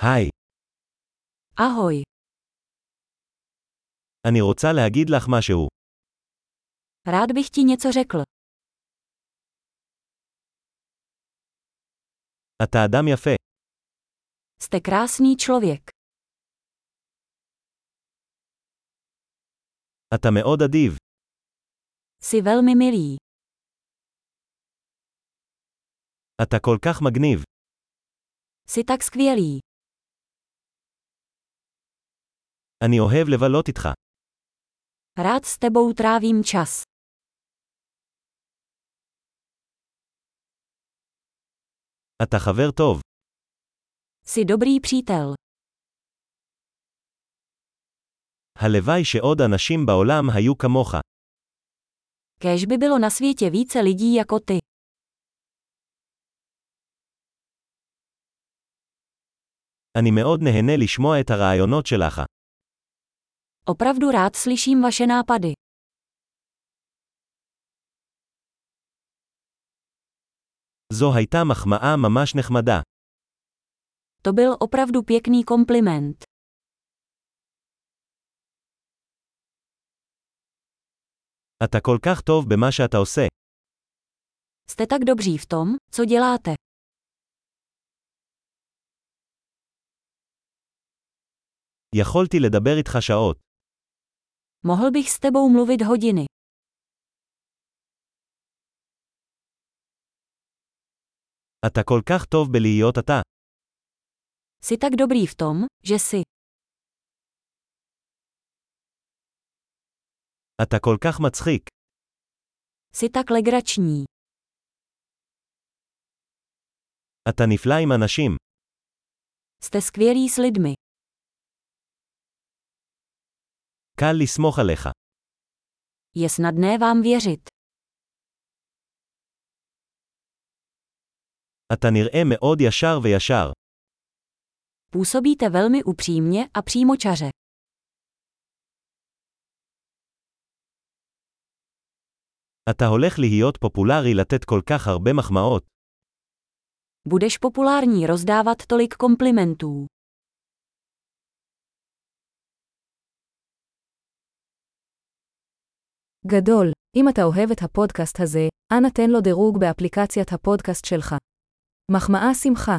היי, אהוי, אני רוצה להגיד לך משהו. rád bych ti něco řekl. אתה אדם יפה. Jste krásný člověk. אתה מאוד אדיב. Jsi velmi milý. אתה כל כך מגניב. Jsi tak skvělý. אני אוהב לבלות איתך. Rád s tebou trávím čas. אתה חבר טוב. Jsi dobrý přítel. הלוואי שעוד אנשים בעולם היו כמוך. Kéž by bylo na světě více lidí jako ty. אני מאוד נהנה לשמוע את הרעיונות שלך. Opravdu rád slyším vaše nápady. זו הייתה מחמאה ממש נחמדה. To byl opravdu pěkný kompliment. אתה כל כך טוב במה שאתה עושה. Jste tak dobří v tom, co děláte. יכולתי לדבר איתך שעות. Mohl bych s tebou mluvit hodiny. אתה כל כך טוב בלהיות אתה. Jsi tak dobrý v tom, že jsi. אתה כל כך מצחיק. Jsi tak legrační. אתה נפלא עם אנשים. Jste skvělý s lidmi. קל לסמוך עליך. Je snadné vám věřit. אתה נראה מאוד ישר וישר. Působíte velmi upřímně a přímočaře. אתה הולך להיות פופולרי לתת כל כך הרבה מחמאות. Budeš populární rozdávat tolik komplimentů. גדול, אם אתה אוהב את הפודקאסט הזה, אנא תן לו דירוג באפליקציית הפודקאסט שלך. מחמאה שמחה.